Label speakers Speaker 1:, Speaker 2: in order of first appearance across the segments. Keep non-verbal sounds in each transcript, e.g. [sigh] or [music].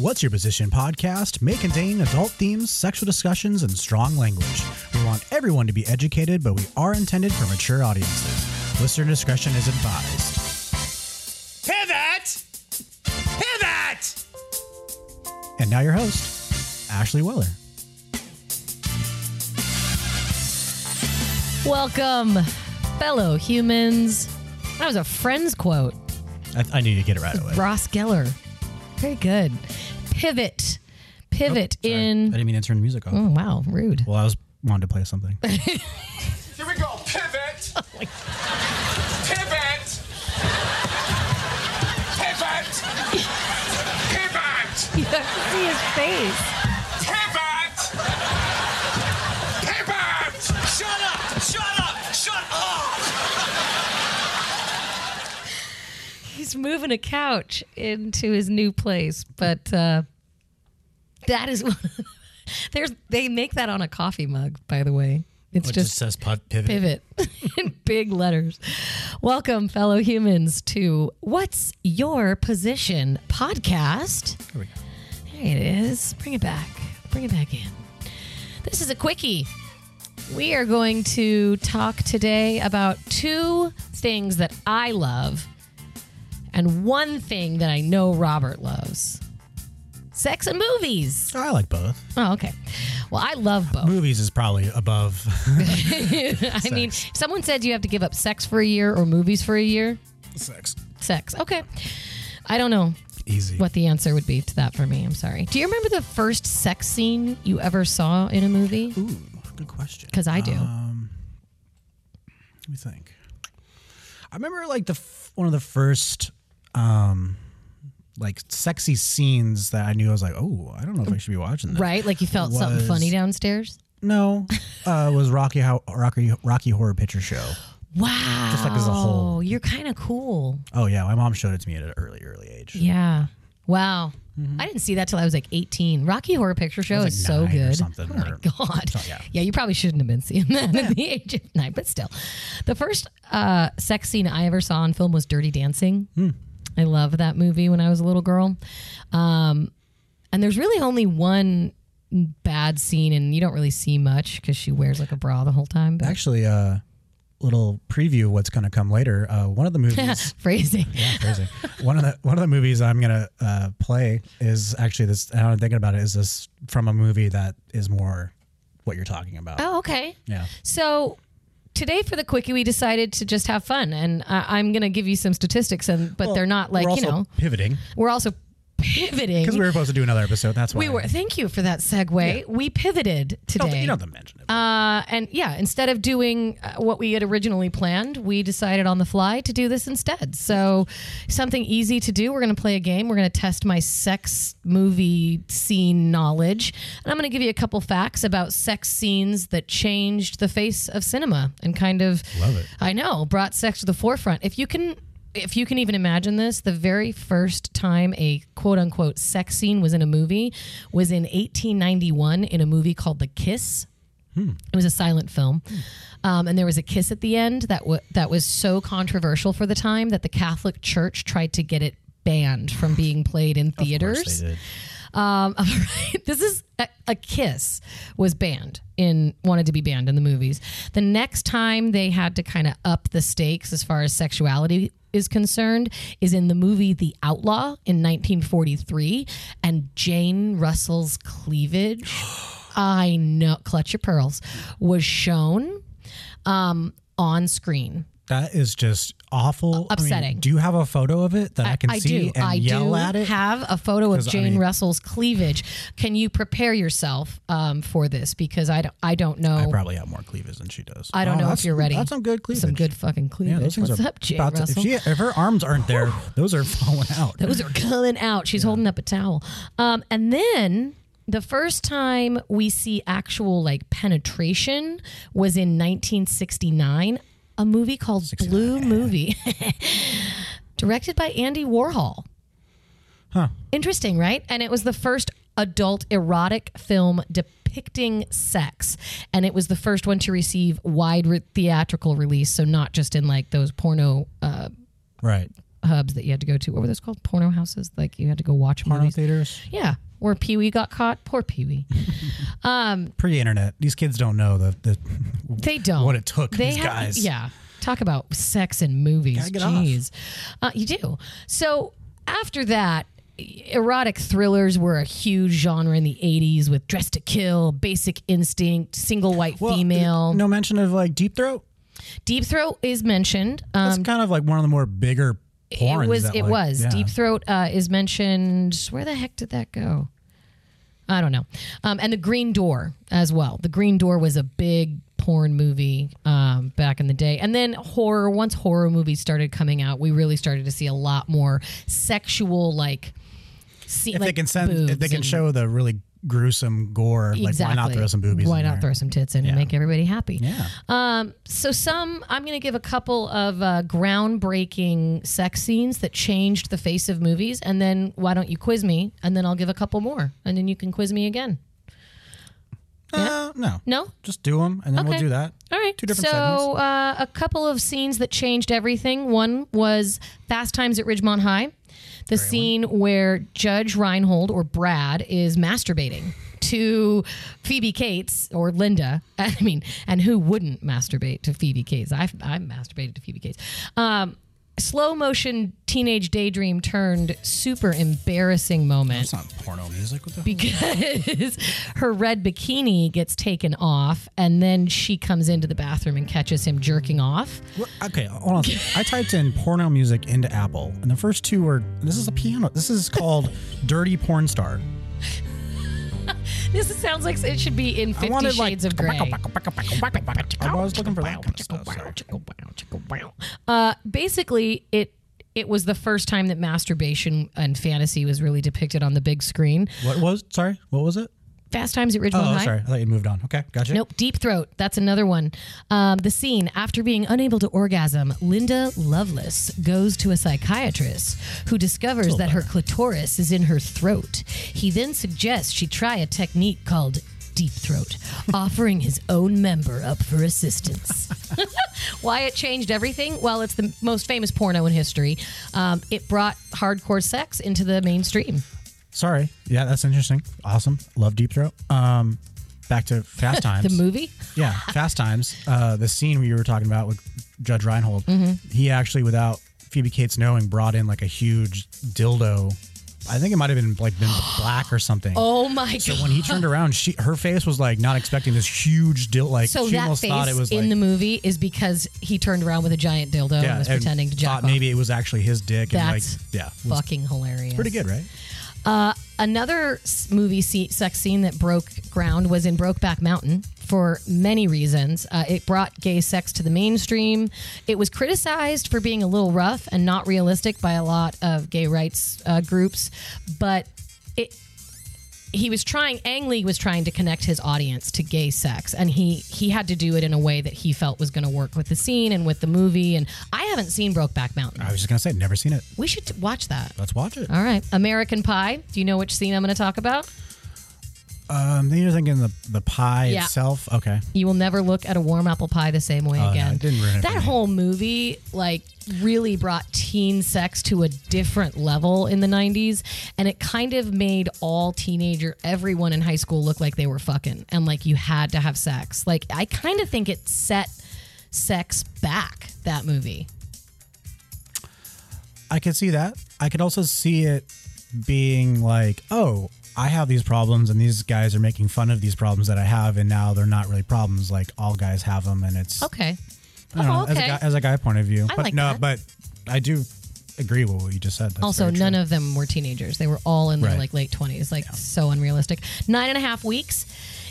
Speaker 1: What's Your Position podcast may contain adult themes, sexual discussions, and strong language. We want everyone to be educated, but we are intended for mature audiences. Listener discretion is advised.
Speaker 2: Pivot! Pivot!
Speaker 1: And now your host, Ashley Weller.
Speaker 3: Welcome, fellow humans. That was a friend's quote.
Speaker 1: I, I need to get it right away.
Speaker 3: Ross Geller. Very good. Pivot. Pivot
Speaker 1: Oh, Sorry. I
Speaker 3: in.
Speaker 1: didn't mean to turn the music off.
Speaker 3: Oh, wow. Rude.
Speaker 1: Well, I was wanted to play something.
Speaker 2: Here we go, [laughs] pivot! Pivot! Pivot! Pivot!
Speaker 3: [laughs] You have to see his face.
Speaker 2: Pivot! Pivot! Shut up! Shut up! Shut up!
Speaker 3: He's moving a couch into his new place, but uh, that is. [laughs] There's, they make that on a coffee mug, by the way. It's
Speaker 4: It
Speaker 3: just
Speaker 4: just says put, pivot.
Speaker 3: pivot [laughs] in big letters. Welcome, fellow humans, to What's Your Position podcast.
Speaker 1: Here we go.
Speaker 3: There it is. Bring it back. Bring it back in. This is a quickie. We are going to talk today about two things that I love and one thing that I know Robert loves sex and movies.
Speaker 1: I like both.
Speaker 3: Oh, okay. Well, I love both.
Speaker 1: Movies is probably above. [laughs]
Speaker 3: [laughs] I mean, if someone said you have to give up sex for a year or movies for a year.
Speaker 1: Sex.
Speaker 3: Sex. Okay. I don't know
Speaker 1: Easy.
Speaker 3: what the answer would be to that for me. I'm sorry. Do you remember the first sex scene you ever saw in a movie?
Speaker 1: Ooh, good question.
Speaker 3: Because I do.
Speaker 1: Uh, Let me think. I remember like the f- one of the first um like sexy scenes that I knew I was like, "Oh, I don't know if I should be watching this."
Speaker 3: right? Like you felt something
Speaker 1: was-
Speaker 3: funny downstairs? [laughs]
Speaker 1: No. Uh was Rocky How Rocky Rocky Horror Picture Show.
Speaker 3: Wow.
Speaker 1: like as a whole.
Speaker 3: You're kind of cool.
Speaker 1: Oh yeah, my mom showed it to me at an early early age.
Speaker 3: Yeah. Wow. I didn't see that till I was like 18. Rocky Horror Picture Show
Speaker 1: Mm-hmm. was,
Speaker 3: is
Speaker 1: like,
Speaker 3: so
Speaker 1: nine or
Speaker 3: good.
Speaker 1: something,
Speaker 3: oh my
Speaker 1: or-
Speaker 3: god.
Speaker 1: so- yeah.
Speaker 3: yeah. you probably shouldn't have been seeing that at the age of nine, but still, the first uh, sex scene I ever saw on film was Dirty Dancing.
Speaker 1: Hmm.
Speaker 3: I love that movie when I was a little girl. Um, and there's really only one bad scene, and you don't really see much because she wears like a bra the whole time. But
Speaker 1: Actually, uh little preview of what's going to come later. Uh one
Speaker 3: [laughs]
Speaker 1: of the movies [laughs]
Speaker 3: phrasing.
Speaker 1: Yeah, crazy. one of the one of the movies I'm gonna uh, play is actually this. And I'm thinking about it. Is this from a movie that is more what you're talking about?
Speaker 3: Oh, okay.
Speaker 1: Yeah.
Speaker 3: So today for the quickie, we decided to just have fun, and I, I'm going to give you some statistics, and but they're not like
Speaker 1: We're
Speaker 3: you
Speaker 1: also
Speaker 3: know
Speaker 1: pivoting
Speaker 3: we're also
Speaker 1: [laughs]
Speaker 3: pivoting.
Speaker 1: because we were supposed to do another episode. That's why
Speaker 3: We were. Thank you for that segue. We pivoted
Speaker 1: You don't,
Speaker 3: today.
Speaker 1: you don't have to mention it.
Speaker 3: uh, and yeah, instead of doing uh, what we had originally planned, we decided on the fly to do this instead. So, something easy to do. We're going to play a game. We're going to test my sex movie scene knowledge. And I'm going to give you a couple facts about sex scenes that changed the face of cinema and kind of
Speaker 1: Love it.
Speaker 3: I know, brought sex to the forefront. If you can if you can even imagine this, the very first time a quote unquote sex scene was in a movie was in 1891 in a movie called The Kiss. It was a silent film, um, and there was a kiss at the end that wa that was so controversial for the time that the Catholic Church tried to get it banned from being played in
Speaker 1: Of
Speaker 3: theaters.
Speaker 1: course they did.
Speaker 3: Um, [laughs] all right. This is a, a kiss was banned in wanted to be banned in the movies. The next time they had to kind of up the stakes as far as sexuality is concerned is in the movie The Outlaw in 1943 and Jane Russell's cleavage. I know, clutch your pearls was shown um, on screen.
Speaker 1: That is just awful. I mean,
Speaker 3: upsetting.
Speaker 1: do you have a photo of it that I, can
Speaker 3: I
Speaker 1: see
Speaker 3: do.
Speaker 1: and
Speaker 3: I
Speaker 1: yell
Speaker 3: do
Speaker 1: at it?
Speaker 3: have a photo of
Speaker 1: 'Cause, I
Speaker 3: Jane
Speaker 1: mean-
Speaker 3: Russell's cleavage. Can you prepare yourself um, for this? Because I don't, I don't know.
Speaker 1: I probably have more cleavage than she does. Oh,
Speaker 3: I don't know if
Speaker 1: that's-
Speaker 3: you're ready.
Speaker 1: That's some good cleavage.
Speaker 3: some good fucking
Speaker 1: Yeah,
Speaker 3: cleavage.
Speaker 1: those things
Speaker 3: What's
Speaker 1: are
Speaker 3: up, Jane
Speaker 1: about to-
Speaker 3: Russell?
Speaker 1: if, she, if her arms aren't there, those are falling out.
Speaker 3: Those are coming out. She's holding up a towel. Um, and then the first time we see actual like penetration was in 1969, a movie called Blue Movie, [laughs] directed by Andy Warhol.
Speaker 1: Huh.
Speaker 3: Interesting, right? And it was the first adult erotic film depicting sex. And it was the first one to receive wide re- theatrical release. So, not just in like those porno uh,
Speaker 1: Right.
Speaker 3: hubs that you had to go to. What were those called? Porno houses? Like you had to go watch
Speaker 1: Porno
Speaker 3: movies.
Speaker 1: theaters,
Speaker 3: Yeah, where Pee Wee got caught. Poor
Speaker 1: [laughs]
Speaker 3: Pee Wee.
Speaker 1: pre-internet. These kids don't know the, the
Speaker 3: They don't.
Speaker 1: What it took,
Speaker 3: They
Speaker 1: these guys.
Speaker 3: Yeah. Talk about sex in movies.
Speaker 1: Gotta get off.
Speaker 3: Jeez. Uh, you do. So after that, erotic thrillers were a huge genre in the 80s with Dress to Kill, Basic Instinct, Single White
Speaker 1: Well, uh,
Speaker 3: Female.
Speaker 1: No mention of like deep throat.
Speaker 3: Deep Throat is mentioned. Um,
Speaker 1: That's kind of like one of the more bigger porns.
Speaker 3: it was.
Speaker 1: that,
Speaker 3: it
Speaker 1: like-
Speaker 3: was.
Speaker 1: yeah.
Speaker 3: Deep Throat uh, is mentioned. Where the heck did that go? I don't know. Um, and the Green Door as well. The Green Door was a big porn movie um, back in the day. And then horror. Once horror movies started coming out, we really started to see a lot more sexual like. See,
Speaker 1: If
Speaker 3: like
Speaker 1: they can send, if they
Speaker 3: boobs
Speaker 1: can
Speaker 3: and-
Speaker 1: show the really gruesome gore, like why not throw some boobies?
Speaker 3: Why
Speaker 1: in
Speaker 3: not
Speaker 1: there?
Speaker 3: throw some tits in and make everybody happy?
Speaker 1: Yeah.
Speaker 3: Um, so some, I'm going to give a couple of uh, groundbreaking sex scenes that changed the face of movies, and then why don't you quiz me, and then I'll give a couple more, and then you can quiz me again.
Speaker 1: Uh, no.
Speaker 3: No.
Speaker 1: Just do them, and then we'll
Speaker 3: Okay.
Speaker 1: do that.
Speaker 3: All right.
Speaker 1: Two different
Speaker 3: so,
Speaker 1: segments.
Speaker 3: uh, a couple of scenes that changed everything. One was Fast Times at Ridgemont High, the scene where Judge Reinhold or Brad is masturbating to Phoebe Cates or Linda. [laughs] I mean, and who wouldn't masturbate to Phoebe Cates? I I masturbated to Phoebe Cates. Um, slow motion teenage daydream turned super embarrassing moment
Speaker 1: It's not porno music. What the
Speaker 3: because [laughs] her red bikini gets taken off and then she comes into the bathroom and catches him jerking off.
Speaker 1: Well, Okay, hold on. I typed in porno music into Apple, and the first two were this is a piano. This is called Dirty Porn Star.
Speaker 3: This sounds like it should be in
Speaker 1: I
Speaker 3: Fifty
Speaker 1: wanted like.
Speaker 3: Shades of Grey.
Speaker 1: I was looking for that. kind of stuff, sorry.
Speaker 3: Uh, basically, it it was the first time that masturbation and fantasy was really depicted on the big screen.
Speaker 1: What was? Sorry, what was it?
Speaker 3: Fast Times at Ridgemont
Speaker 1: Oh,
Speaker 3: High.
Speaker 1: sorry. I thought you moved on. Okay, gotcha.
Speaker 3: Nope, Deep Throat. That's another one. Um, the scene after being unable to orgasm, Linda Lovelace goes to a psychiatrist who discovers that her clitoris is in her throat. He then suggests she try a technique called Deep Throat, offering his own member up for assistance. Why it changed everything? Well, it's the most famous porno in history. Um, it brought hardcore sex into the mainstream.
Speaker 1: Sorry. Yeah, that's interesting. Awesome. Love Deep Throat. Um, back
Speaker 3: [laughs]
Speaker 1: to Fast Times.
Speaker 3: The movie?
Speaker 1: Yeah, Fast Times. Uh, the scene we were talking about with Judge Reinhold,
Speaker 3: Mm-hmm.
Speaker 1: he actually, without Phoebe Cates knowing, brought in like a huge dildo. I think it might have been like
Speaker 3: [gasps]
Speaker 1: been black or something.
Speaker 3: Oh my
Speaker 1: So
Speaker 3: god!
Speaker 1: when he turned around, she her face was like not expecting this huge dildo. Like
Speaker 3: So
Speaker 1: she
Speaker 3: that
Speaker 1: almost
Speaker 3: face
Speaker 1: thought it was
Speaker 3: in
Speaker 1: like
Speaker 3: the movie is because he turned around with a giant dildo and was
Speaker 1: and
Speaker 3: pretending to
Speaker 1: thought
Speaker 3: jack off.
Speaker 1: maybe it was actually his dick.
Speaker 3: That's
Speaker 1: and like yeah, it was
Speaker 3: fucking hilarious.
Speaker 1: pretty good, right?
Speaker 3: Uh, Another s- movie se- sex scene that broke ground was in Brokeback Mountain for many reasons. Uh, it brought gay sex to the mainstream. It was criticized for being a little rough and not realistic by a lot of gay rights uh, groups, but it he was trying Ang Lee was trying to connect his audience to gay sex and he he had to do it in a way that he felt was going to work with the scene and with the movie and I haven't seen Brokeback Mountain.
Speaker 1: I was just gonna say, never seen it.
Speaker 3: We should watch that.
Speaker 1: Let's watch it.
Speaker 3: All right, American Pie. Do you know which scene I'm going to talk about?
Speaker 1: Um, then you're thinking the the pie
Speaker 3: Yeah.
Speaker 1: itself. Okay,
Speaker 3: You will never look at a warm apple pie the same way
Speaker 1: Oh, no,
Speaker 3: again.
Speaker 1: it didn't ruin it for
Speaker 3: that
Speaker 1: me.
Speaker 3: whole movie, like, really brought teen sex to a different level in the 90s. And it kind of made all teenager, everyone in high school look like they were fucking and like you had to have sex. Like, I kind of think it set sex back, that movie.
Speaker 1: I could see that. I could also see it being like, oh, I have these problems, and these guys are making fun of these problems that I have, and now they're not really problems. Like all guys have them, and it's
Speaker 3: Okay.
Speaker 1: I don't
Speaker 3: Oh,
Speaker 1: know, as, a
Speaker 3: okay.
Speaker 1: guy, as a guy point of view.
Speaker 3: I
Speaker 1: but
Speaker 3: like
Speaker 1: no,
Speaker 3: that.
Speaker 1: but I do agree with what you just said. That's
Speaker 3: also,
Speaker 1: very true.
Speaker 3: none of them were teenagers. They were all in their
Speaker 1: Right.
Speaker 3: like late twenties. Like so unrealistic. Nine and a half weeks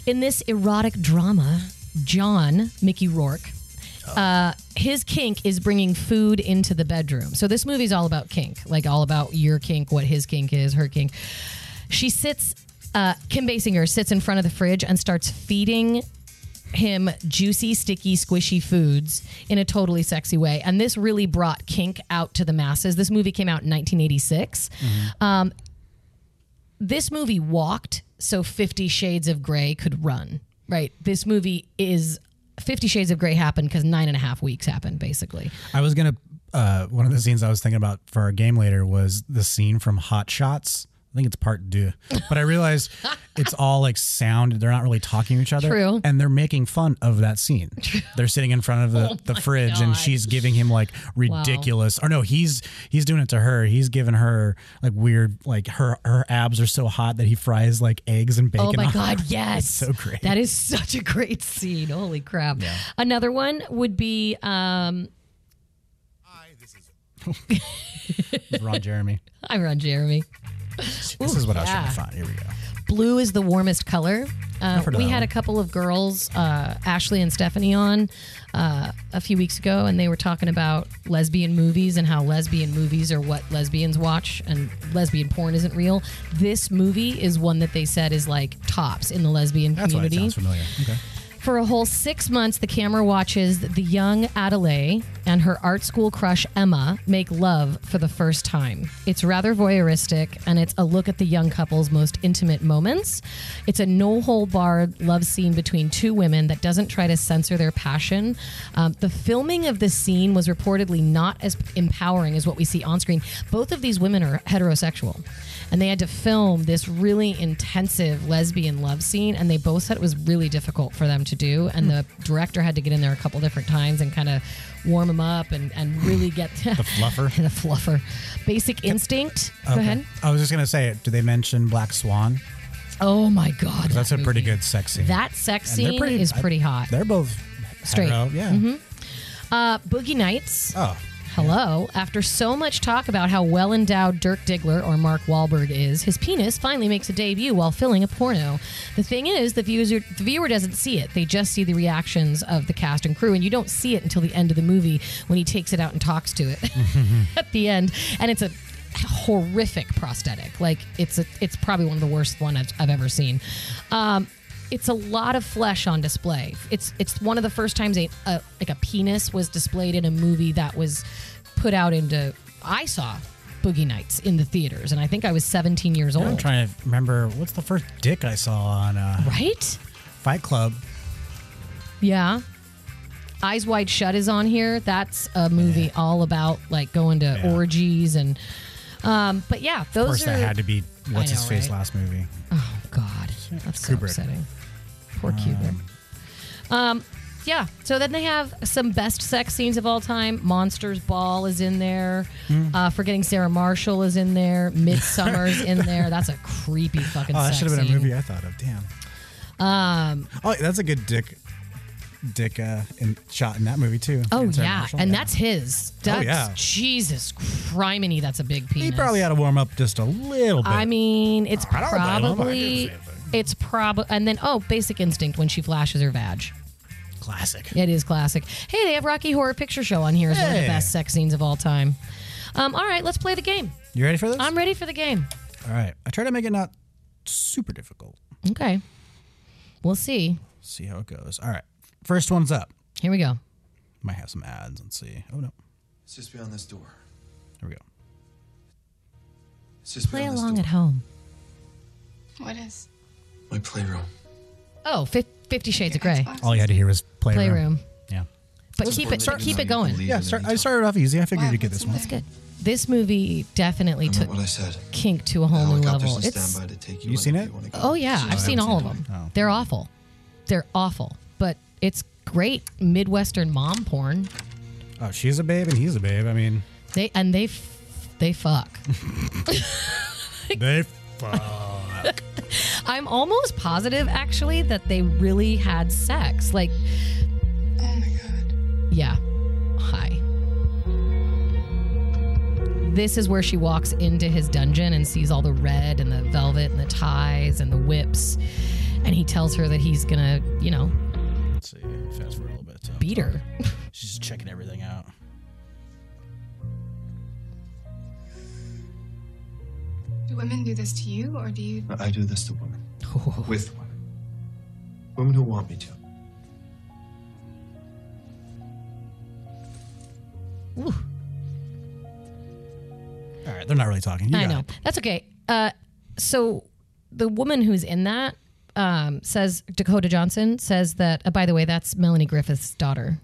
Speaker 3: in this erotic drama. John Mickey Rourke,
Speaker 1: Oh.
Speaker 3: uh, his kink is bringing food into the bedroom. So this movie's all about kink, like all about your kink, what his kink is, her kink. She sits. Uh, Kim Basinger sits in front of the fridge and starts feeding him juicy, sticky, squishy foods in a totally sexy way. And this really brought kink out to the masses. This movie came out in 1986.
Speaker 1: Mm-hmm.
Speaker 3: Um, this movie walked so 50 Shades of Grey could run, right? This movie is 50 Shades of Grey happened because nine and a half weeks happened, basically.
Speaker 1: I was gonna uh, one of the scenes I was thinking about for our game later was the scene from Hot Shots. I think it's part two, but I
Speaker 3: [laughs]
Speaker 1: realized it's all like sound. They're not really talking to each other,
Speaker 3: True.
Speaker 1: and they're making fun of that scene. They're sitting in front of the, the fridge, and
Speaker 3: Oh God.
Speaker 1: she's giving him like ridiculous. Or no, he's he's doing it to her. He's giving her like weird, like her her abs are so hot that he fries like eggs and bacon.
Speaker 3: Oh my
Speaker 1: on [laughs]
Speaker 3: God,
Speaker 1: her.
Speaker 3: yes.
Speaker 1: it's so great.
Speaker 3: That is such a great scene. Holy crap. Another one would be um,
Speaker 1: Ron Jeremy.
Speaker 3: I run Jeremy.
Speaker 1: This is what I was trying
Speaker 3: yeah.
Speaker 1: to find. Here we go.
Speaker 3: blue is the warmest color. Uh,
Speaker 1: heard of
Speaker 3: we
Speaker 1: that
Speaker 3: had a couple of girls, uh, Ashley and Stephanie, on uh, a few weeks ago, and they were talking about lesbian movies and how lesbian movies are what lesbians watch, and lesbian porn isn't real. This movie is one that they said is like tops in the lesbian
Speaker 1: That's why it
Speaker 3: community.
Speaker 1: sounds familiar. Okay.
Speaker 3: For a whole six months, the camera watches the young Adelaide and her art school crush Emma make love for the first time. It's rather voyeuristic, and it's a look at the young couple's most intimate moments. It's a no hole barred love scene between two women that doesn't try to censor their passion. Um, the filming of this scene was reportedly not as empowering as what we see on screen. Both of these women are heterosexual and they had to film this really intensive lesbian love scene and they both said it was really difficult for them to do
Speaker 1: Hmm.
Speaker 3: and the director had to get in there a couple different times and kind of warm them up and, and
Speaker 1: Hmm.
Speaker 3: really get the
Speaker 1: fluffer?
Speaker 3: [laughs] the fluffer basic instinct go ahead
Speaker 1: I was just gonna say, do they mention Black Swan?
Speaker 3: oh my god
Speaker 1: That's
Speaker 3: that
Speaker 1: a pretty
Speaker 3: movie.
Speaker 1: good sex scene.
Speaker 3: that sex
Speaker 1: And they're
Speaker 3: scene is pretty hot
Speaker 1: They're both
Speaker 3: Straight. Mm-hmm.
Speaker 1: hetero, yeah.
Speaker 3: uh, boogie nights
Speaker 1: Oh,
Speaker 3: Hello. After so much talk about how well endowed Dirk Diggler or Mark Wahlberg is, his penis finally makes a debut while filling a porno. The thing is, the viewer, the viewer doesn't see it. They just see the reactions of the cast and crew, and you don't see it until the end of the movie when he takes it out and talks to it [laughs] at the end. And it's a horrific prosthetic. Like it's a, it's probably one of the worst one I've, I've ever seen. Um, it's a lot of flesh on display. It's it's one of the first times a, a like a penis was displayed in a movie that was put out into. I saw Boogie Nights in the theaters, and I think I was 17 years old.
Speaker 1: I'm trying to remember what's the first dick I saw on uh,
Speaker 3: right?
Speaker 1: Fight Club.
Speaker 3: Yeah. Eyes Wide Shut is on here. That's a movie all about like going to
Speaker 1: Yeah.
Speaker 3: orgies and. Um, but yeah, those
Speaker 1: Of course,
Speaker 3: are.
Speaker 1: that had to be what's
Speaker 3: I know,
Speaker 1: his face
Speaker 3: right?
Speaker 1: last movie.
Speaker 3: Oh God, that's so
Speaker 1: Kubrick.
Speaker 3: upsetting. Poor Kubrick. Um, yeah. So then they have some best sex scenes of all time. Monsters Ball is in there.
Speaker 1: Hmm.
Speaker 3: Uh, Forgetting Sarah Marshall is
Speaker 1: [laughs]
Speaker 3: in there. Midsummer's in there. That's a creepy fucking.
Speaker 1: Oh, that
Speaker 3: sex
Speaker 1: should have been a
Speaker 3: scene.
Speaker 1: movie I thought of. Damn. Um. Oh, that's a good dick, dick uh, in, shot in that movie too.
Speaker 3: Oh
Speaker 1: Sarah
Speaker 3: yeah,
Speaker 1: Marshall, Oh,
Speaker 3: and that's his. That's,
Speaker 1: yeah.
Speaker 3: Jesus criminy, that's a big penis.
Speaker 1: he probably had to warm up just a little bit.
Speaker 3: I mean, it's
Speaker 1: I don't blame him. I didn't
Speaker 3: probably.
Speaker 1: say anything.
Speaker 3: It's probably, and then oh, Basic Instinct when she flashes her vag.
Speaker 1: classic.
Speaker 3: It is classic. Hey, they have Rocky Horror Picture Show on here as one of the
Speaker 1: Hey.
Speaker 3: best sex scenes of all time. Um, all right, let's play the game.
Speaker 1: You ready for this?
Speaker 3: I'm ready for the game.
Speaker 1: All right. I try to make it not super difficult.
Speaker 3: Okay. We'll see.
Speaker 1: See how it goes. All right. First one's up.
Speaker 3: Here we go.
Speaker 1: Might have some ads. Let's see. Oh no.
Speaker 2: It's just beyond this door.
Speaker 1: Here we go.
Speaker 2: It's just
Speaker 3: Play
Speaker 2: beyond
Speaker 3: along
Speaker 2: this
Speaker 3: at home.
Speaker 4: What is
Speaker 2: door. My playroom.
Speaker 3: Oh, Fif- Fifty Shades of Grey.
Speaker 4: Xbox?
Speaker 1: All you had to hear was playroom.
Speaker 3: Playroom.
Speaker 1: Yeah.
Speaker 3: But keep it,
Speaker 2: important
Speaker 3: keep
Speaker 2: that
Speaker 3: it
Speaker 2: you
Speaker 3: going.
Speaker 2: believe
Speaker 1: Yeah.
Speaker 2: in
Speaker 1: Start,
Speaker 2: me.
Speaker 1: I started off easy. I figured
Speaker 4: Wow,
Speaker 1: you'd get
Speaker 4: that's
Speaker 1: this one.
Speaker 4: amazing.
Speaker 3: Good. This movie definitely
Speaker 2: I meant
Speaker 3: took
Speaker 2: what I said.
Speaker 3: kink to a whole new level.
Speaker 2: Helicopters in
Speaker 3: It's
Speaker 2: standby to take
Speaker 1: You
Speaker 2: you.
Speaker 1: seen
Speaker 2: wherever
Speaker 1: it?
Speaker 2: You wanna go.
Speaker 3: oh yeah, I've seen all of them.
Speaker 1: Oh.
Speaker 3: They're awful. They're awful. But it's great Midwestern mom porn.
Speaker 1: Oh, she's a babe and he's a babe. I mean,
Speaker 3: They and they f- they fuck. [laughs]
Speaker 1: they. fuck.
Speaker 3: I'm almost positive, actually, that they really had sex. Like,
Speaker 4: Oh my god.
Speaker 3: yeah. Hi. This is where she walks into his dungeon and sees all the red and the velvet and the ties and the whips. And he tells her that he's gonna, you know,
Speaker 1: Let's see. Fast forward a little bit. Um,
Speaker 3: beat her. [laughs]
Speaker 1: She's just checking everything out.
Speaker 4: Do women do this to you, or do you?
Speaker 2: I do this to
Speaker 3: [laughs]
Speaker 2: women. With women. Women who want me to.
Speaker 3: Ooh,
Speaker 1: All right. They're not really talking. You
Speaker 3: I
Speaker 1: got
Speaker 3: know.
Speaker 1: it.
Speaker 3: That's okay. Uh, so the woman who's in that um, says, Dakota Johnson says that, uh, by the way, that's Melanie Griffith's daughter.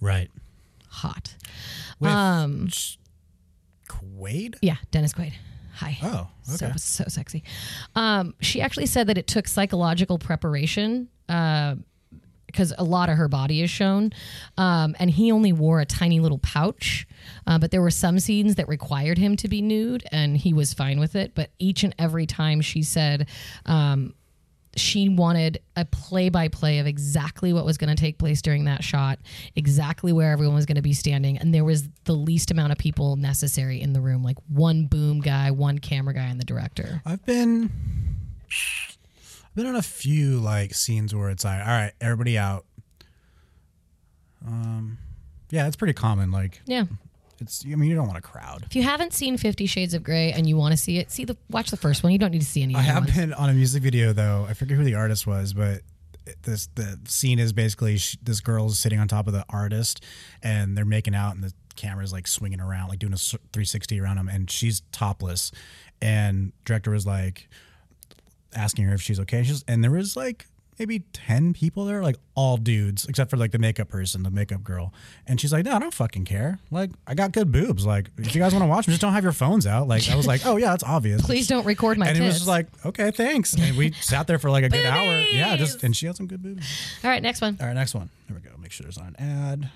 Speaker 1: Right.
Speaker 3: hot.
Speaker 1: With
Speaker 3: Um,
Speaker 1: Ch- Quaid?
Speaker 3: Yeah, Dennis Quaid. Hi.
Speaker 1: Oh, okay.
Speaker 3: So, so sexy. Um, she actually said that it took psychological preparation because a lot of her body is shown. Um, and he only wore a tiny little pouch. Uh, but there were some scenes that required him to be nude, and he was fine with it. But each and every time she said, um, she wanted a play by play of exactly what was going to take place during that shot, exactly where everyone was going to be standing. And there was the least amount of people necessary in the room like one boom guy, one camera guy, and the director.
Speaker 1: I've been I've been on a few like scenes where it's like, all right, everybody out. Um, yeah, it's pretty common. Like,
Speaker 3: Yeah.
Speaker 1: it's I mean, you don't want a crowd.
Speaker 3: If you haven't seen Fifty Shades of Grey and you want to see it, see the watch the first one. You don't need to see any
Speaker 1: I
Speaker 3: other
Speaker 1: have
Speaker 3: ones.
Speaker 1: been on a music video though. I forget who the artist was, but it- this the scene is basically sh- this girl's sitting on top of the artist, and they're making out, and the camera's like swinging around, like doing a s- 360 around him, and she's topless, and director was like asking her if she's okay, she's, and there was like maybe 10 people there like all dudes except for like the makeup person the makeup girl and she's like no i don't fucking care like i got good boobs like if you guys want to watch them just don't have your phones out like i was like oh yeah that's obvious
Speaker 3: Please don't record my
Speaker 1: and
Speaker 3: tits.
Speaker 1: it was just like, okay, thanks. And
Speaker 3: [laughs]
Speaker 1: we sat there for like a good hour. Yeah, just and she had some good movies.
Speaker 3: All right, next one.
Speaker 1: All right, next one. Here we go. Make sure there's not an ad.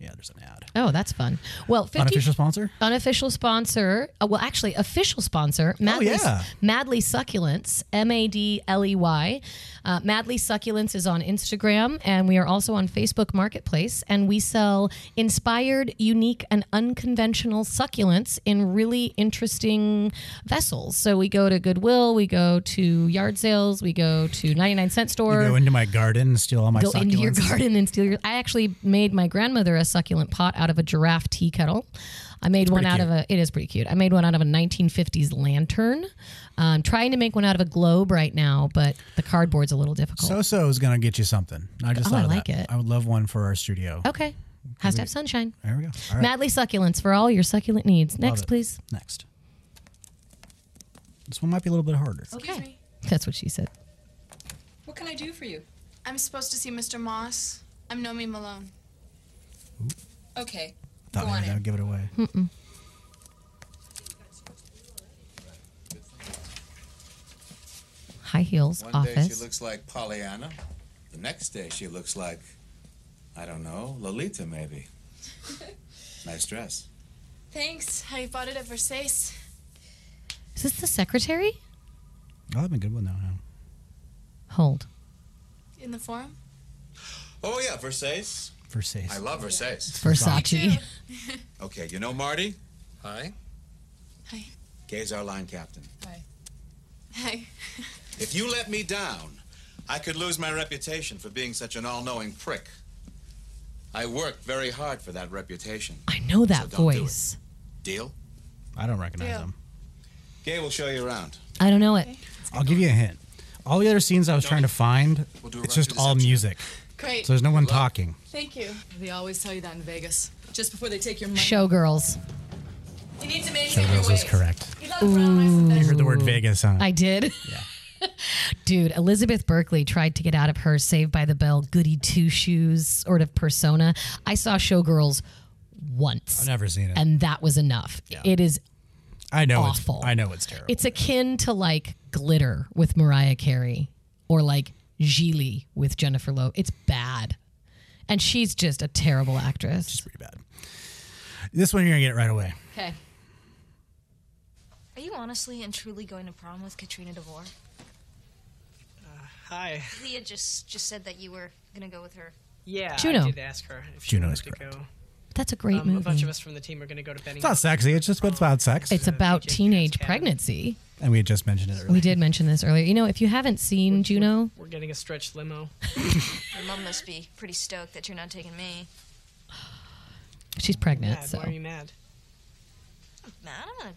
Speaker 1: Yeah, there's an ad.
Speaker 3: Oh, that's fun. Well, 50
Speaker 1: Unofficial sponsor.
Speaker 3: unofficial sponsor. Uh, well, actually, official sponsor. Madly,
Speaker 1: Oh, yeah.
Speaker 3: Madly Succulents. M A D L E Y. Uh, Madly Succulents is on Instagram, and we are also on Facebook Marketplace, and we sell inspired, unique, and unconventional succulents in really interesting vessels. So we go to Goodwill, we go to yard sales, we go to ninety nine cent store
Speaker 1: Go into my garden and steal all my
Speaker 3: go into your
Speaker 1: succulents.
Speaker 3: garden and steal your. I actually made my grandmother a succulent pot out of a giraffe tea kettle. I made one out
Speaker 1: pretty
Speaker 3: of a. It is pretty cute. I made one out of a 1950s lantern. I'm trying to make one out of a globe right now, but the cardboard's a little difficult.
Speaker 1: So so is gonna get you something. I just
Speaker 3: Oh,
Speaker 1: thought
Speaker 3: I
Speaker 1: of
Speaker 3: like
Speaker 1: that.
Speaker 3: it. Oh,
Speaker 1: I would love one for our studio.
Speaker 3: okay, has to have sunshine.
Speaker 1: There we go. All right,
Speaker 3: Madly succulents for all your succulent needs. Next,
Speaker 1: it.
Speaker 3: please.
Speaker 1: next. This one might be a little bit harder.
Speaker 5: Excuse me.
Speaker 3: That's what she said.
Speaker 5: What can I do for you?
Speaker 4: I'm supposed to see Mr. Moss. I'm Nomi Malone.
Speaker 5: Okay.
Speaker 1: Thought
Speaker 5: Go on
Speaker 1: maybe that
Speaker 5: in.
Speaker 1: would give it away.
Speaker 3: Hmm. High heels
Speaker 6: One day she
Speaker 3: office.
Speaker 6: looks like Pollyanna. The next day she looks like, I don't know, Lolita
Speaker 7: [laughs]
Speaker 6: maybe. nice dress.
Speaker 4: Thanks. I bought it at Versace.
Speaker 3: is this the secretary?
Speaker 1: I'll have a good one now. huh?
Speaker 3: Hold.
Speaker 4: In the forum?
Speaker 6: Oh yeah, Versace.
Speaker 1: For safe.
Speaker 6: I
Speaker 7: Oh,
Speaker 6: love Versace.
Speaker 3: Versace.
Speaker 6: Okay, you know Marty? Hi.
Speaker 4: Hi.
Speaker 6: Gay's our line captain.
Speaker 4: Hey.
Speaker 6: If you let me down, I could lose my reputation for being such an all-knowing prick. I worked very hard for that reputation.
Speaker 3: I know that
Speaker 6: So don't do it.
Speaker 3: voice.
Speaker 6: Deal?
Speaker 1: I don't recognize
Speaker 4: Yeah.
Speaker 1: them.
Speaker 6: Gay will show you around.
Speaker 3: I don't know it.
Speaker 1: I'll give you a hint. All the other scenes I was trying to find,
Speaker 6: We'll do it
Speaker 1: it's
Speaker 6: right
Speaker 1: just
Speaker 6: to the
Speaker 1: all
Speaker 6: section.
Speaker 1: music.
Speaker 4: Great.
Speaker 1: So there's no one
Speaker 6: Good luck.
Speaker 1: talking.
Speaker 4: Thank you.
Speaker 5: They always tell you that in Vegas. Just before they take your money.
Speaker 3: Showgirls.
Speaker 5: You need to make
Speaker 1: Showgirls was correct. You heard the word Vegas, huh?
Speaker 3: I did. Yeah. [laughs] Dude, Elizabeth Berkley tried to get out of her Saved by the Bell goody two shoes sort of persona. I saw Showgirls once,
Speaker 1: I've never seen it.
Speaker 3: and that was enough. It is
Speaker 1: I know
Speaker 3: awful.
Speaker 1: it's I know it's terrible.
Speaker 3: it's akin to like glitter with Mariah Carey or like Gigli with Jennifer Lowe. It's bad, and she's just a terrible actress.
Speaker 1: pretty bad. This one you're gonna get it right away.
Speaker 3: Okay,
Speaker 8: Are you honestly and truly going to prom with Katrina DeVore?
Speaker 9: Hi.
Speaker 8: Leah just just said that you were gonna go with her.
Speaker 9: Yeah,
Speaker 3: Juno.
Speaker 9: I did ask her if she
Speaker 1: Juno
Speaker 9: wanted
Speaker 1: is
Speaker 9: to
Speaker 1: correct.
Speaker 9: go.
Speaker 3: that's a great
Speaker 9: Um, a
Speaker 3: movie.
Speaker 9: bunch of us from the team are going to go to Benny.
Speaker 1: It's not sexy. It's just what's about sex.
Speaker 3: it's about
Speaker 9: J.J.
Speaker 3: teenage
Speaker 9: Transcat.
Speaker 3: pregnancy.
Speaker 1: and we had just mentioned it earlier.
Speaker 3: We did mention this earlier. You know, if you haven't seen Juno,
Speaker 9: We're getting a stretch limo.
Speaker 8: Your mom must be pretty stoked that you're not taking me.
Speaker 3: she's pregnant.
Speaker 9: Mad.
Speaker 3: so
Speaker 9: Why are you mad?
Speaker 8: Man, I'm in a,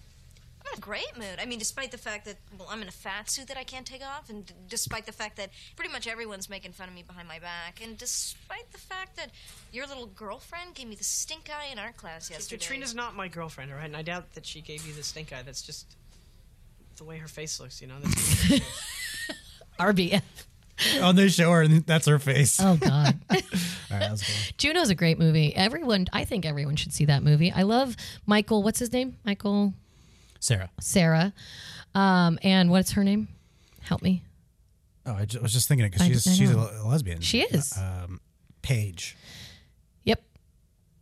Speaker 8: I'm in a great mood. I mean, despite the fact that well, I'm in a fat suit that I can't take off, and d- despite the fact that pretty much everyone's making fun of me behind my back, and despite the fact that your little girlfriend gave me the stink eye in art class yesterday. [laughs]
Speaker 9: Katrina's not my girlfriend, all right? And I doubt that she gave you the stink eye.
Speaker 5: [laughs]
Speaker 9: That's just the way her face looks, you know? That's
Speaker 3: RBF.
Speaker 1: on the show her, and that's her face.
Speaker 3: Oh God,
Speaker 1: All right, that was cool.
Speaker 3: [laughs] Juno's a great movie. Everyone, I think everyone should see that movie. I love Michael. What's his name? Michael
Speaker 1: Sarah.
Speaker 3: Sarah, um, and what's her name? Help me.
Speaker 1: Oh, I ju- was just thinking it because
Speaker 3: I-
Speaker 1: she's
Speaker 3: I
Speaker 1: she's a
Speaker 3: know.
Speaker 1: le- lesbian.
Speaker 3: She is.
Speaker 1: Uh, Page,
Speaker 3: yep.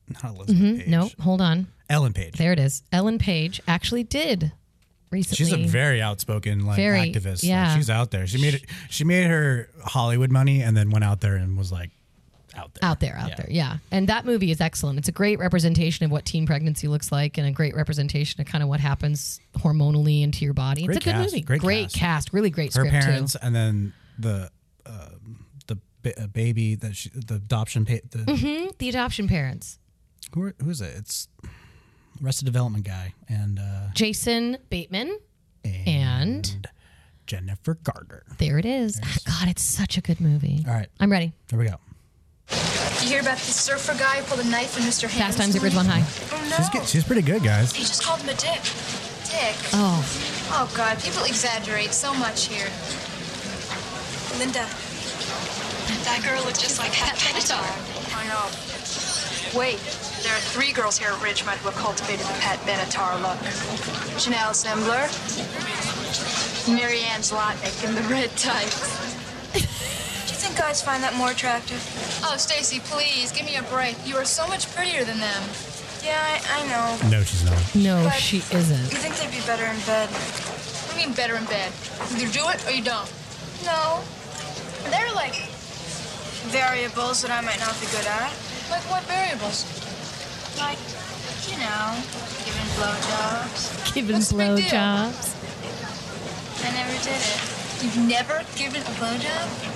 Speaker 1: not Elizabeth Page.
Speaker 3: No, hold on.
Speaker 1: Ellen Page.
Speaker 3: There it is. Ellen Page actually did recently.
Speaker 1: She's a very outspoken like
Speaker 3: Very,
Speaker 1: activist. Like,
Speaker 3: yeah.
Speaker 1: she's out there. She made it. She made her Hollywood money and then went out there and was like out there.
Speaker 3: out there, out there, yeah. And that movie is excellent. It's a great representation of what teen pregnancy looks like, and a great representation of kind of what happens hormonally into your body.
Speaker 1: Great
Speaker 3: it's a good
Speaker 1: cast,
Speaker 3: movie.
Speaker 1: great
Speaker 3: cast.
Speaker 1: cast.
Speaker 3: Really great
Speaker 1: her
Speaker 3: script
Speaker 1: parents
Speaker 3: too.
Speaker 1: and then the uh, the ba- uh, baby that she the adoption pa- the
Speaker 3: The adoption parents,
Speaker 1: who, are, who is it? It's Arrested Development guy and uh,
Speaker 3: Jason Bateman,
Speaker 1: and,
Speaker 3: and
Speaker 1: Jennifer Garner.
Speaker 3: there it is. God, it's such a good movie.
Speaker 1: All right,
Speaker 3: I'm ready.
Speaker 1: here we go.
Speaker 4: Did you hear about this surfer guy who pulled a knife in Mr.
Speaker 3: Fast
Speaker 4: Hands?
Speaker 3: Times at Ridgemont High.
Speaker 4: Oh,
Speaker 1: She's
Speaker 4: no.
Speaker 1: good. She's pretty good, guys.
Speaker 4: He just called him a dick. Dick.
Speaker 3: Oh,
Speaker 4: Oh, God. People exaggerate so much here.
Speaker 5: Linda.
Speaker 4: That girl looked just like that Benatar.
Speaker 5: I know. Wait, there are three girls here at Ridgemont who have cultivated the Pat Benatar look.
Speaker 4: Janelle Zembler. Mary Ann Zlotnick in the red tights.
Speaker 5: Do you think guys find that more attractive?
Speaker 4: Oh, Stacy, please, give me a break. You are so much prettier than them.
Speaker 5: Yeah, I, I know.
Speaker 1: No, she's not. [laughs]
Speaker 3: no, she isn't.
Speaker 4: [laughs]
Speaker 5: You think they'd be better in bed?
Speaker 4: I mean, better in bed. Either do it or you don't.
Speaker 5: No. They're like variables that I might not be good at.
Speaker 4: Like what variables?
Speaker 5: Like, you know, giving blowjobs.
Speaker 3: Giving
Speaker 4: What's the big deal?
Speaker 3: blowjobs.
Speaker 5: I never did it.
Speaker 4: You've never given a blowjob?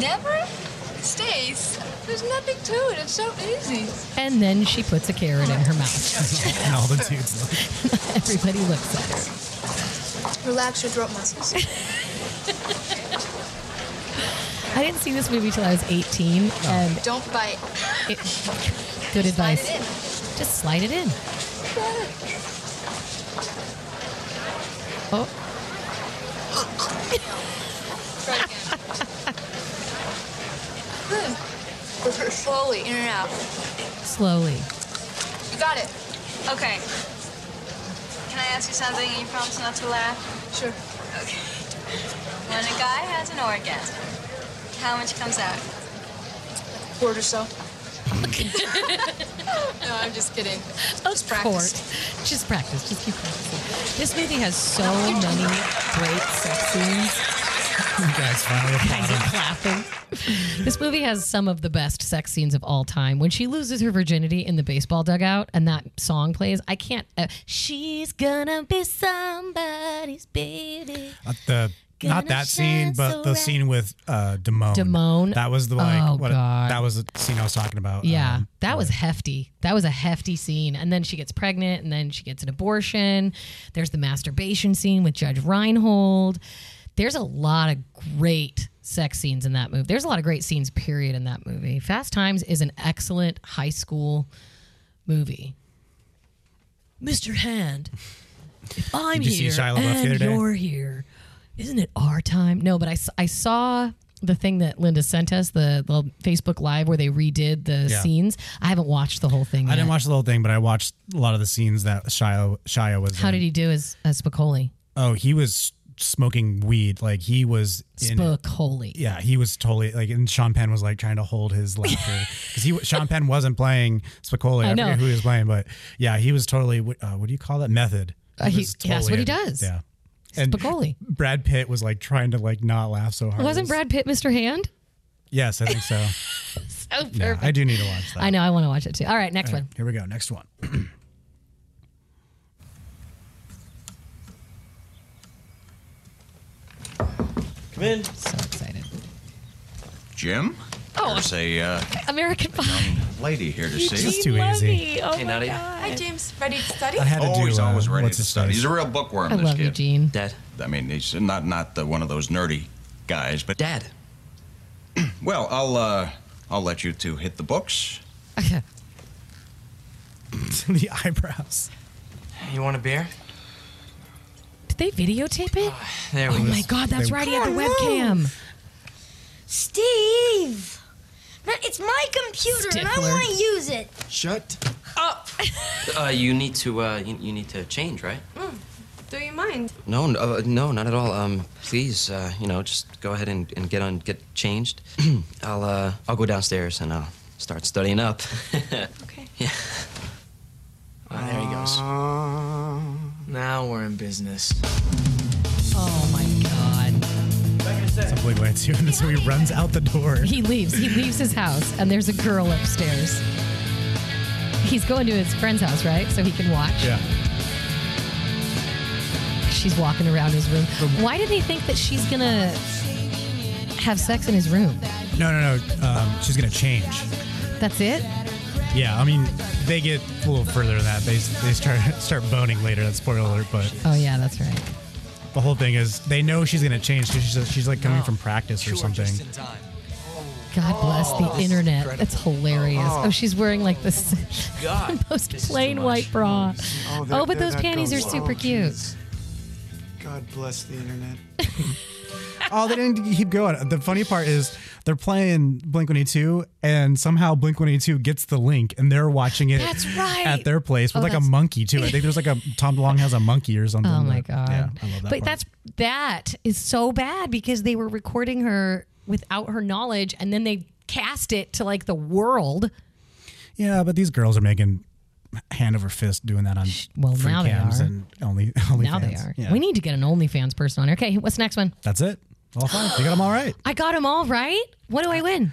Speaker 4: Never? Stace, there's nothing to it. It's so easy.
Speaker 3: And then she puts a carrot in her mouth.
Speaker 4: [laughs]
Speaker 3: [laughs]
Speaker 1: And all the dudes. look-
Speaker 3: Everybody looks at her.
Speaker 4: Relax your throat muscles.
Speaker 3: I didn't see this movie till I was 18, and
Speaker 4: don't bite. [laughs]
Speaker 3: it, good
Speaker 4: Bite
Speaker 3: advice.
Speaker 4: it in.
Speaker 3: Just slide it in. Oh,
Speaker 4: Try again. Good. Repeat Slowly, in and out.
Speaker 3: slowly.
Speaker 4: You got it.
Speaker 5: Okay. Can I ask you something and you promise not to laugh?
Speaker 4: Sure.
Speaker 5: Okay. When a guy has an orgasm, how much comes out?
Speaker 4: Word or
Speaker 5: [laughs]
Speaker 4: so. no, I'm just kidding.
Speaker 3: Just
Speaker 4: practice.
Speaker 3: Just practice. Just keep practicing. This movie has so many great sex scenes.
Speaker 1: You guys
Speaker 3: [laughs]
Speaker 1: finally
Speaker 3: Guys are
Speaker 1: applauded.
Speaker 3: clapping. This movie has some of the best sex scenes of all time. When she loses her virginity in the baseball dugout and that song plays, I can't. Uh, She's gonna be somebody's baby.
Speaker 1: Not Uh, the not
Speaker 3: Gonna
Speaker 1: that scene,
Speaker 3: shine so
Speaker 1: but the
Speaker 3: bright.
Speaker 1: scene with uh, Damone.
Speaker 3: Damone?
Speaker 1: That was the like.
Speaker 3: Oh,
Speaker 1: what,
Speaker 3: God.
Speaker 1: That was the scene I was talking about.
Speaker 3: Yeah,
Speaker 1: Um,
Speaker 3: that was hefty. That was a hefty scene. And then she gets pregnant, and then she gets an abortion. There's the masturbation scene with Judge Reinhold. There's a lot of great sex scenes in that movie. There's a lot of great scenes, period, in that movie. Fast Times is an excellent high school movie. Mr. Hand, if I'm
Speaker 1: Did you
Speaker 3: here
Speaker 1: see Shia LaBeouf the
Speaker 3: and
Speaker 1: other day?
Speaker 3: you're here, isn't it our time? No, but I, s- I saw the thing that Linda sent us, the, the Facebook Live where they redid the
Speaker 1: Yeah.
Speaker 3: scenes. I haven't watched the whole thing
Speaker 1: I
Speaker 3: yet.
Speaker 1: didn't watch the whole thing, but I watched a lot of the scenes that Shia Shia was.
Speaker 3: How
Speaker 1: in.
Speaker 3: did he do as, as Spicoli?
Speaker 1: Oh, he was smoking weed. Like he was in. it.
Speaker 3: Spicoli.
Speaker 1: Yeah, he was totally like, and Sean Penn was like trying to hold his
Speaker 3: [laughs]
Speaker 1: laughter because he Sean Penn wasn't playing Spicoli. I,
Speaker 3: I know.
Speaker 1: forget who he was playing, but yeah, he was totally. Uh, what do you call that method?
Speaker 3: Uh, he-
Speaker 1: was
Speaker 3: that's what he
Speaker 1: into-
Speaker 3: does.
Speaker 1: Yeah, and
Speaker 3: Spicoli.
Speaker 1: Brad Pitt was like trying to like not laugh so hard.
Speaker 3: Wasn't
Speaker 1: It was-
Speaker 3: Brad Pitt Mr. Hand?
Speaker 1: Yes, I think
Speaker 3: [laughs]
Speaker 1: so.
Speaker 3: Oh, perfect.
Speaker 1: yeah, I do need to watch that.
Speaker 3: I know. I want to watch it too. All right, next one.
Speaker 1: Here we go. Next one.
Speaker 10: Come in.
Speaker 3: So excited.
Speaker 6: Jim?
Speaker 3: Oh.
Speaker 6: There's a uh,
Speaker 3: American Pie.
Speaker 6: lady here to see.
Speaker 1: It's too
Speaker 3: [laughs]
Speaker 1: easy.
Speaker 3: Oh
Speaker 10: Hey,
Speaker 3: my
Speaker 10: Nadia.
Speaker 3: God.
Speaker 5: Hi, James. Ready to study?
Speaker 1: I had to
Speaker 6: Oh,
Speaker 1: do.
Speaker 6: he's always
Speaker 1: uh,
Speaker 6: ready
Speaker 1: what's
Speaker 6: to
Speaker 1: his
Speaker 6: study.
Speaker 1: face?
Speaker 6: He's a real bookworm,
Speaker 3: I
Speaker 6: this
Speaker 3: love
Speaker 6: kid.
Speaker 3: you, Gene.
Speaker 10: Dad.
Speaker 6: I mean, he's not not the, one of those nerdy guys, but
Speaker 10: Dad.
Speaker 6: [clears throat] well, I'll uh, I'll let you two hit the books.
Speaker 1: [laughs] the eyebrows.
Speaker 10: You want a beer?
Speaker 3: Did they videotape it?
Speaker 10: [sighs] There we
Speaker 3: Oh
Speaker 10: go.
Speaker 3: my God, that's right. He had the webcam.
Speaker 7: Steve! That- It's my computer and I
Speaker 10: Stickler.
Speaker 7: want to use it.
Speaker 10: Shut up. Uh, you need to uh, you, you need to change, right?
Speaker 5: Do you mind?
Speaker 10: No, n- uh, no, not at all. Um, please, uh, you know, just go ahead and, and get on, get changed. I'll uh, I'll go downstairs and I'll start studying up. okay. Yeah. Ah, there he goes. Now we're in business.
Speaker 3: Oh my
Speaker 1: It's a big way too. And so he runs out the door.
Speaker 3: He leaves. He leaves his house, and there's a girl upstairs. He's going to his friend's house, right? So he can watch.
Speaker 1: Yeah.
Speaker 3: She's walking around his room. Why did he think that she's gonna have sex in his room?
Speaker 1: No, no, no. Um, she's gonna change.
Speaker 3: That's it.
Speaker 1: Yeah, I mean, they get a little further than that. They they start [laughs] start boning later. That's spoiler alert, but
Speaker 3: Oh yeah, that's right.
Speaker 1: the whole thing is they know she's gonna change because she's she's like coming from practice or something.
Speaker 3: God bless
Speaker 1: Oh,
Speaker 3: the
Speaker 1: this is
Speaker 3: internet. That's hilarious.
Speaker 1: Oh.
Speaker 3: Oh. she's wearing like this
Speaker 1: God,
Speaker 3: [laughs] most
Speaker 1: this is too
Speaker 3: plain
Speaker 1: much.
Speaker 3: white bra. Oh,
Speaker 11: that-
Speaker 3: but
Speaker 11: that-
Speaker 3: those
Speaker 11: that
Speaker 3: panties are
Speaker 11: goes
Speaker 3: super
Speaker 11: on.
Speaker 3: cute.
Speaker 11: God bless the internet.
Speaker 1: oh, they didn't keep going. The funny part is they're playing Blink 182, and somehow Blink 182 gets the link, and they're watching it
Speaker 3: That's right.
Speaker 1: at their place with
Speaker 3: Oh,
Speaker 1: like a
Speaker 3: that's-
Speaker 1: monkey too. I think there's like a Tom DeLonge has a monkey or something.
Speaker 3: [laughs] Oh my
Speaker 1: but-
Speaker 3: god!
Speaker 1: yeah, I love that.
Speaker 3: but
Speaker 1: part.
Speaker 3: that's that is so bad because they were recording her without her knowledge, and then they cast it to like the world.
Speaker 1: yeah, but these girls are making hand over fist doing that on
Speaker 3: Well,
Speaker 1: free
Speaker 3: now they
Speaker 1: cams
Speaker 3: are.
Speaker 1: and only only
Speaker 3: now they
Speaker 1: fans.
Speaker 3: are.
Speaker 1: Yeah.
Speaker 3: We need to get an OnlyFans person on here. Okay, what's the next one?
Speaker 1: that's it. All fine. you got them all right.
Speaker 3: I got them all right. What do
Speaker 1: [laughs]
Speaker 3: I win?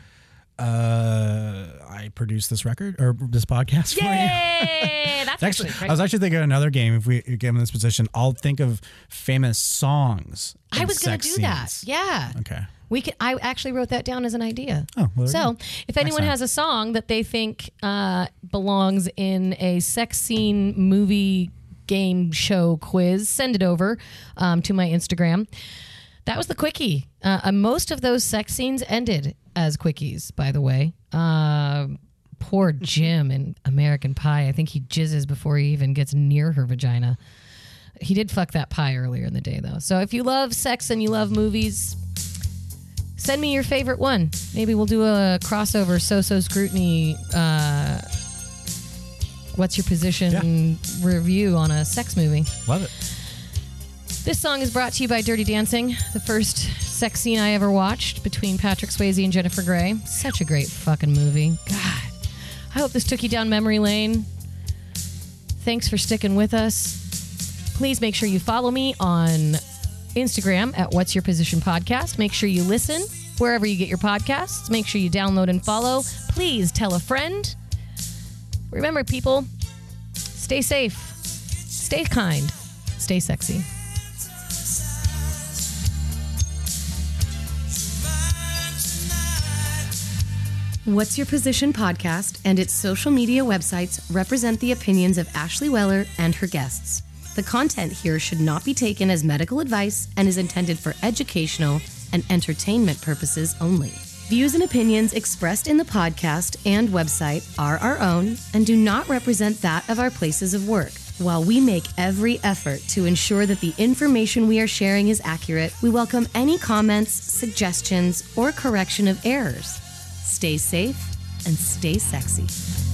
Speaker 1: Uh, I produced this record or this podcast for you.
Speaker 3: Yay! That's
Speaker 1: Actually,
Speaker 3: actually.
Speaker 1: I was actually thinking of another game. If we get him in this position, I'll think of famous songs.
Speaker 3: I
Speaker 1: and
Speaker 3: was gonna do
Speaker 1: sex
Speaker 3: that.
Speaker 1: scenes.
Speaker 3: Yeah.
Speaker 1: Okay.
Speaker 3: We can. I actually wrote that down as an idea.
Speaker 1: Oh, well, there you
Speaker 3: so
Speaker 1: go.
Speaker 3: if anyone
Speaker 1: Next time.
Speaker 3: has a song that they think uh, belongs in a sex scene movie game show quiz, send it over um, to my Instagram. That was the quickie. Uh, uh, most of those sex scenes ended as quickies, by the way. Uh, poor Jim in American Pie. I think he jizzes before he even gets near her vagina. He did fuck that pie earlier in the day, though. So if you love sex and you love movies, send me your favorite one. Maybe we'll do a crossover so so scrutiny. Uh, what's your position review on a sex movie?
Speaker 1: Love it.
Speaker 3: This song is brought to you by Dirty Dancing, the first sex scene I ever watched between Patrick Swayze and Jennifer Grey. Such a great fucking movie. God. I hope this took you down memory lane. Thanks for sticking with us. Please make sure you follow me on Instagram at What's Your Position Podcast. Make sure you listen wherever you get your podcasts. Make sure you download and follow. Please tell a friend. Remember, people, stay safe, stay kind, stay sexy.
Speaker 12: What's Your Position podcast and its social media websites represent the opinions of Ashley Weller and her guests. The content here should not be taken as medical advice and is intended for educational and entertainment purposes only. Views and opinions expressed in the podcast and website are our own and do not represent that of our places of work. While we make every effort to ensure that the information we are sharing is accurate, we welcome any comments, suggestions, or correction of errors. Stay safe and stay sexy.